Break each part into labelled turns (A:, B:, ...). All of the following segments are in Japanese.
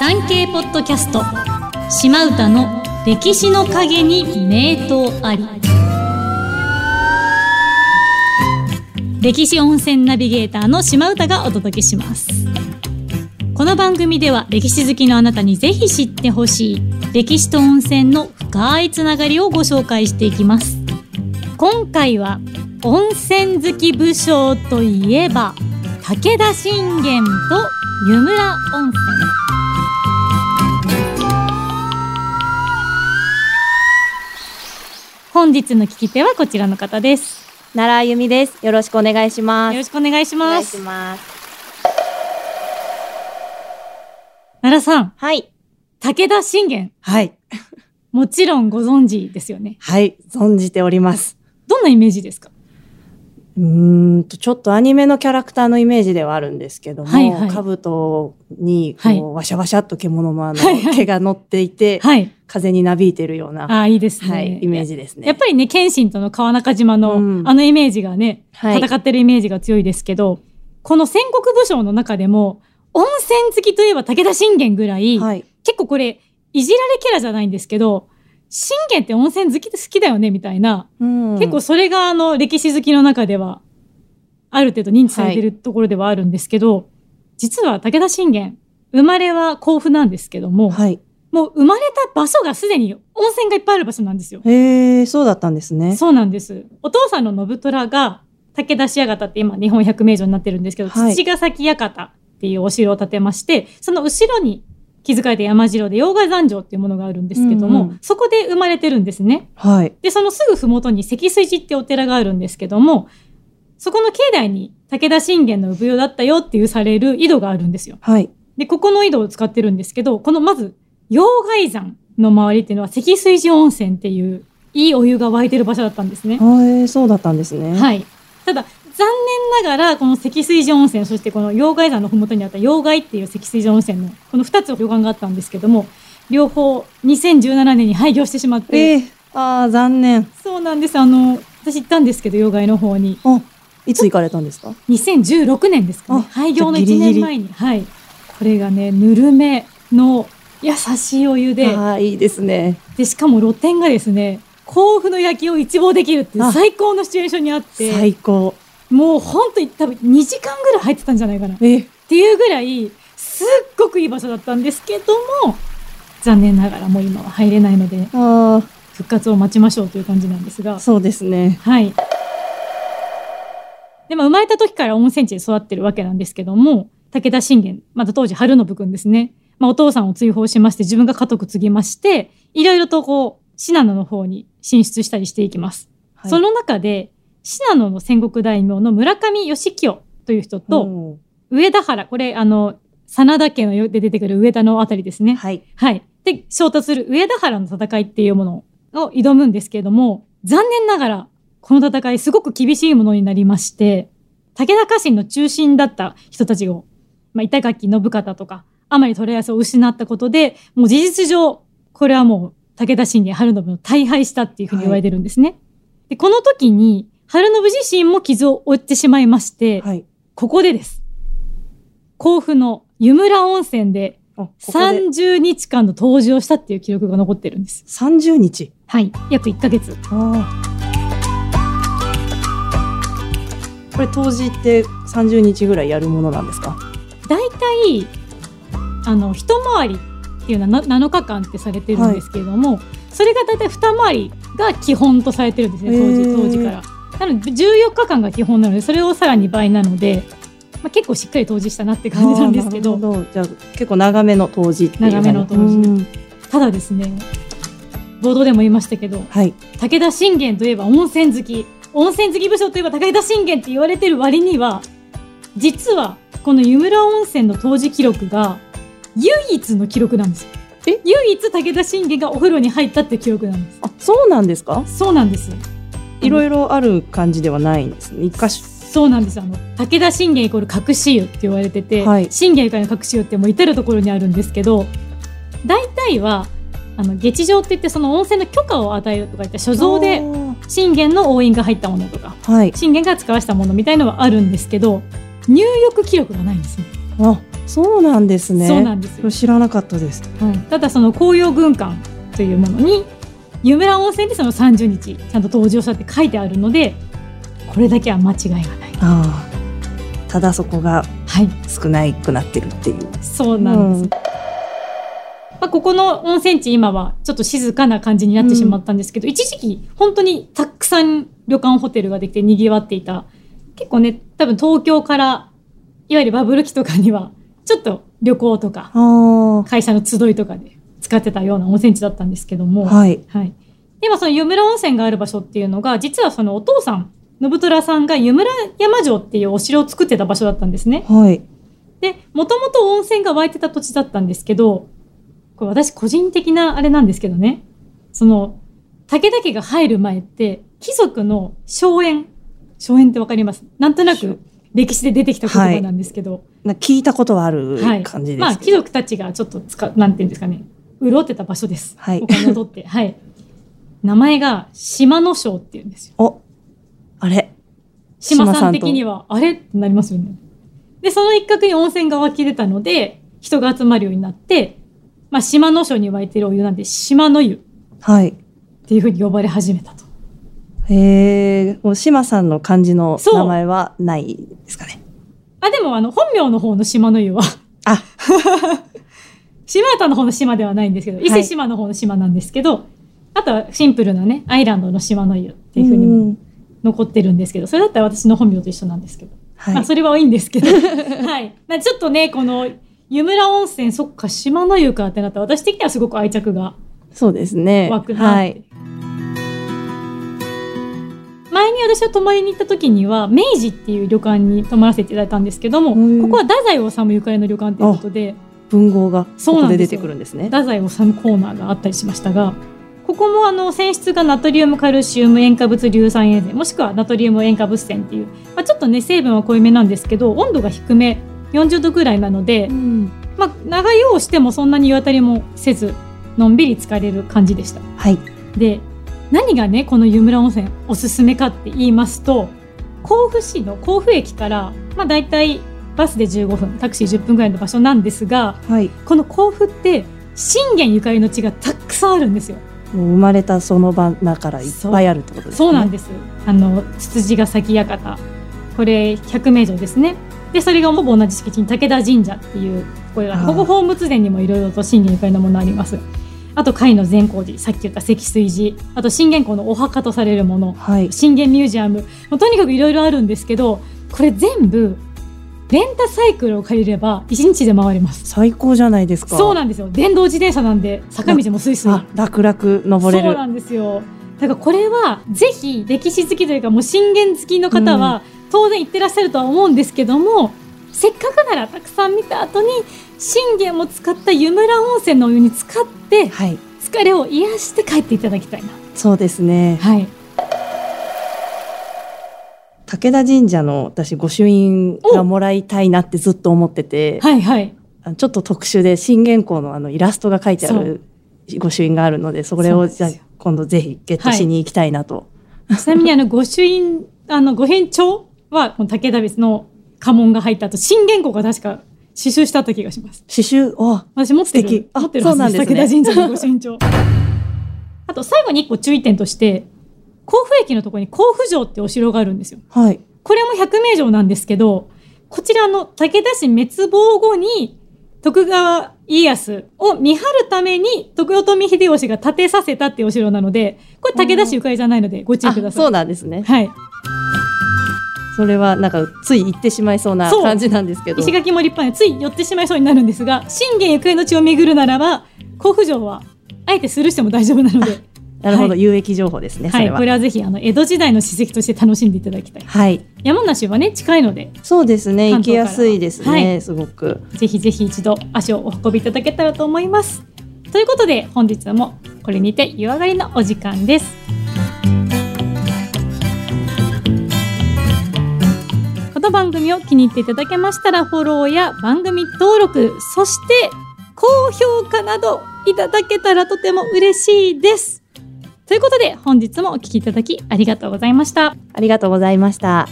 A: 産経ポッドキャスト島唄の歴史の陰に名刀あり歴史温泉ナビゲーターの島唄がお届けしますこの番組では歴史好きのあなたにぜひ知ってほしい歴史と温泉の深いつながりをご紹介していきます今回は温泉好き武将といえば武田信玄と湯村温泉本日の聞き手はこちらの方です
B: 奈良由美です。よろしくお願いしま
A: よ
B: す。
A: ろしくお願いし
B: お願
A: ま
B: いし
A: す
B: ます。
A: 奈良さん
B: はい。
A: 武田信玄
C: はい。
A: もちろんご存知ですよね
C: はい。存じております。
A: どんなイメージですか
C: うーんと、ちょっとアニメのキャラクターのイメージではあるんですけども、
A: はいはい
C: 兜に、
A: はい
C: こう、わしゃわしゃっと獣のあの、
A: はいはい
C: 毛が乗っていて、
A: はい
C: 風になびいてるような、
A: ああいいですね、
C: はい、イメージですね。
A: やっぱりね謙信との川中島の、
C: うん
A: あのイメージがね
C: はい
A: 戦ってるイメージが強いですけど、この戦国武将の中でも温泉好きといえば武田信玄ぐらい、
C: はい。
A: 結構これいじられキャラじゃないんですけど信玄って温泉好き好きだよねみたいな、
C: うん
A: 結構、それがあの歴史好きの中ではある程度認知されてるところではあるんですけど、実は武田信玄生まれは甲府なんですけども、
C: はい。
A: もう生まれた場所がすでに温泉がいっぱいある場所なんですよ。
C: へえ、そうだったんですね。
A: そうなんです。お父さんの信虎が武田氏館って今日本百名城になってるんですけど、
C: はい
A: 父ヶ崎館っていうお城を建てまして、その後ろに気遣いで山城で洋賀山城っていうものがあるんですけども、
C: うんうん
A: そこで生まれてるんですね。
C: はい。
A: で、そのすぐ麓に積水寺ってお寺があるんですけども、そこの境内に武田信玄の産湯だったよっていうされる井戸があるんですよ。
C: はい。
A: で、ここの井戸を使ってるんですけど、このまず、溶害山の周りっていうのは積水寺温泉っていう、いいお湯が湧いてる場所だったんですね。
C: へえ、そうだったんですね。い。
A: はい。ただ、残念ながら、この積水寺温泉、そしてこの溶害山のふもとにあった溶害っていう積水寺温泉の、この2つの旅館があったんですけども、両方2017年に廃業してしまって、
C: えー、ああ、残念。
A: そうなんです。あの、私行ったんですけど、溶害の方に。
C: あ、いつ行かれたんですか
A: 2016年ですかね
C: あ
A: 廃業の
C: じゃ
A: 1
C: あギリギリ
A: 年前にはいこれがねぬるめの優しいお湯で
C: ああ、いいですね。
A: でしかも露店がですね甲府の夜景を一望できるっていう
C: あ
A: 最高のシチュエーションにあって
C: 最高。
A: もうほんと多分2時間ぐらい入ってたんじゃないかなっ
C: え、
A: ていうぐらいすっごくいい場所だったんですけども残念ながらもう今は入れないので
C: あ
A: 復活を待ちましょうという感じなんですが
C: あ、そうですね。
A: はい。で、まあ、生まれた時から温泉地で育ってるわけなんですけども、武田信玄、まだ当時、春信君ですね。まあ、お父さんを追放しまして、自分が家督継ぎまして、いろいろとこう、信濃の方に進出したりしていきます。
C: はい
A: その中で、信濃の戦国大名の村上義清という人と、
C: うん
A: 上田原、これ、あの、真田家のよで出てくる上田のあたりですね。
C: はい。
A: はい。で、衝突する上田原の戦いっていうものを挑むんですけれども、残念ながら、この戦いすごく厳しいものになりまして、武田家臣の中心だった人たちを、まあ、板垣信方とか、甘利虎康を失ったことで、もう事実上、これはもう武田信玄春信の大敗したっていうふうに言われてるんですね。で、この時に、春信自身も傷を負ってしまいまして、
C: はい。
A: ここでです。甲府の湯村温泉で
C: あここで
A: 30日間の湯治をしたっていう記録が残ってるんです。
C: 30日。
A: はい。約1ヶ月。
C: ああ。これ当時って30日ぐらいやるものなんですか。
A: 大体、あの、一回りっていうのはな7日間ってされてるんですけれども、それが大体二回りが基本とされてるんですね、当
C: へ
A: 時、
C: ー
A: 当時から。なので、14日間が基本なので、それをさらに倍なので、まあ、結構しっかり湯治したなって感じなんですけ
C: あ
A: ど
C: あ、なるほじゃあ結構長めの当時っていう感じ。
A: 長めの冬至
C: うん
A: ただですね、冒頭でも言いましたけど、
C: はい。
A: 武田信玄といえば温泉好き温泉好き武将といえば武田信玄って言われてる割には実はこの湯村温泉の当時記録が唯一の記録なんですよ
C: え
A: 唯一武田信玄がお風呂に入ったって記録なんです
C: あ、そうなんですか。
A: そうなんです
C: いろいろある感じではないんですね。一箇所。
A: そうなんですあの武田信玄イコール隠し湯って言われてて、
C: はい
A: 信玄ゆかりの隠し湯ってもう至る所にあるんですけど大体はあの下地場って言ってその温泉の許可を与えるとかいった所蔵
C: あ
A: で
C: ー
A: 信玄の応印が入ったものとか
C: はい。
A: 信玄が使わせたものみたいのはあるんですけど入浴記録がないんですね
C: あ、そうなんですね。
A: そうなんですよ、
C: 知らなかったです。
A: はいただその紅葉軍艦というものに湯村温泉でその30日ちゃんと登場したって書いてあるのでこれだけは間違いがない
C: ああ。ただそこが
A: はい
C: 少なくなってるっていう。
A: そうなんです、
C: うん
A: まあ、ここの温泉地今はちょっと静かな感じになってしまったんですけど、一時期本当にたくさん旅館ホテルができてにぎわっていた結構ね多分東京からいわゆるバブル期とかにはちょっと旅行とか
C: あ
A: 会社の集いとかで使ってたような温泉地だったんですけど
C: あ。
A: も、
C: はい。
A: はい。で、今その湯村温泉がある場所っていうのが、実はそのお父さん、信虎さんが湯村山城っていうお城を作ってた場所だったんですね。
C: はい。
A: で、もともと温泉が湧いてた土地だったんですけど、これ私個人的なあれなんですけどね、その、武田家が入る前って、貴族の荘園、荘園ってわかりますなんとなく歴史で出てきた言葉なんですけど、
C: な聞いたことはある
A: はい
C: 感じですけど。
A: まあ、貴族たちがちょっとつか、なんていうんですかね、潤ってた場所です。
C: はい
A: お金を取って。はい。名前が島野省っていうんですよ。
C: お、あれ。
A: 島
C: 島さ
A: さん
C: んと
A: 的には、あれってなりますよね。で、その一角に温泉が湧き出たので、人が集まるようになって、まあ、島野省に湧いてるお湯なんで、島の湯っ
C: はい。
A: ていうふうに呼ばれ始めたと。
C: えー、もう島さんの漢字の
A: そう
C: 名前はないですかね。
A: あ、でも、あの、本名の方の島の湯は、
C: あ
A: 島田の方の島ではないんですけど、伊勢島の方の島なんですけど、あとはシンプルなね、アイランドの島の湯っていうふうにも
C: ん
A: 残ってるんですけど、それだったら私の本名と一緒なんですけど、ま
C: は
A: あ
C: い。
A: それはいいんですけど、 はい。まあちょっとね、この湯村温泉、そっか、島の湯かってなったら、私的にはすごく愛着が
C: そうですね。
A: 湧くなって。
C: はい。
A: 前に私は泊まりに行った時には、明治っていう旅館に泊まらせていただいたんですけども、
C: うん
A: ここは太宰治ゆかりの旅館ということで、
C: 文豪が
A: そ
C: こ
A: うな
C: こ
A: ん
C: で
A: です
C: 出
A: よ
C: てくるんですね。
A: 太宰治コーナーがあったりしましたがここもあの泉質がナトリウムカルシウム塩化物硫酸塩泉もしくはナトリウム塩化物泉っていう、まあ、ちょっとね成分は濃いめなんですけど温度が低め40度ぐらいなので、
C: ん、
A: まあ、長湯をしてもそんなに湯あたりもせずのんびり疲れる感じでした
C: はい。
A: で何がねこの湯村温泉おすすめかって言いますと甲府市の甲府駅から、まあ、大体バスで15分タクシー10分ぐらいの場所なんですが
C: はい。
A: この甲府って信玄ゆかりの地がたくさんあるんですよ
C: もう生まれたその場だからいっぱいあるってことですね。
A: そうなん
C: で
A: ですあのツツジヶ崎館これ百名城ですねでそれがほぼ同じ敷地に武田神社っていうこれが
C: あー
A: ここ宝物殿にもいろいろと信玄ゆかりのものありますあと甲斐の善光寺さっき言った積水寺あと信玄公のお墓とされるもの
C: はい。
A: 信玄ミュージアムもうとにかくいろいろあるんですけどこれ全部レンタサイクルを借りれば1日で回れます
C: 最高じゃないですか。
A: そう
C: な
A: なんですよ電動自転車なんで坂道もスイスイ
C: あ、楽々登れ
A: そう
C: る。
A: なんですよだからこれはぜひ歴史好きというかもう信玄好きの方は当然行ってらっしゃるとは思うんですけども、せっかくならたくさん見た後に信玄も使った湯村温泉のお湯に使って
C: はい。
A: 疲れを癒して帰っていただきたいな
C: そうですね。
A: はい
C: 武田神社の私御朱印がもらいたいなってずっと思ってて、
A: はいはい
C: あのちょっと特殊で信玄公のあのイラストが書いてある御朱印があるので、それを
A: そう
C: じ
A: な
C: ゃ
A: ん
C: あ
A: ですよ
C: 今度ぜひゲットしに行きたいなと。
A: ちなみにあの御朱印あの御返帳はこの武田別の家紋が入った後信玄公が確か刺繍したった気がします
C: 刺繍あ、
A: 私持って
C: 素敵
A: る。
C: あ
A: 持ってるはず
C: そうなんですね
A: 武田神社のご身長。 あと最後に一個注意点として、甲府駅のところに甲府城ってお城があるんですよ。
C: はい。
A: これも百名城なんですけど、こちらの武田氏滅亡後に徳川家康を見張るために徳富秀吉が建てさせたっていうお城なので、これ武田氏ゆかりじゃないのでご注意くだ
C: あ
A: さい。
C: そうなんですね。
A: はい。
C: それはなんかつい行ってしまいそうな
A: そう
C: 感じなんですけど。
A: 石垣も立派でつい寄ってしまいそうになるんですが、信玄ゆかりの地を巡るならば、甲府城はあえてするしても大丈夫なので、
C: なるほど、
A: は
C: 有益情報ですね。そ
A: は
C: れ
A: い、
C: は。
A: これはぜひあの江戸時代の史跡として楽しんでいただきたい。
C: はい。
A: 山梨はね近いので、
C: そうですね。行
A: 関
C: き
A: 東から
C: やすいですね。
A: は
C: すごく。
A: ぜひぜひ一度足をお運びいただけたらと思います。ということで本日もこれにて湯上がりのお時間です。この番組を気に入っていただけましたらフォローや番組登録そして高評価などいただけたらとても嬉しいです。ということで本日もお聞きいただきありがとうございました。
C: ありがとうございました。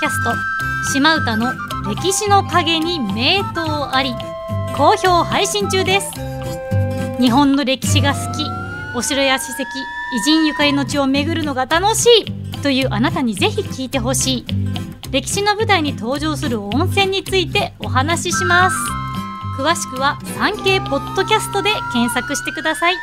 A: ラスト島唄の歴史の影に名刀あり好評配信中です日本の歴史が好きお城や史跡偉人ゆかりの地を巡るのが楽しいというあなたにぜひ聞いてほしい歴史の舞台に登場する温泉についてお話しします詳しくは産経ポッドキャストで検索してください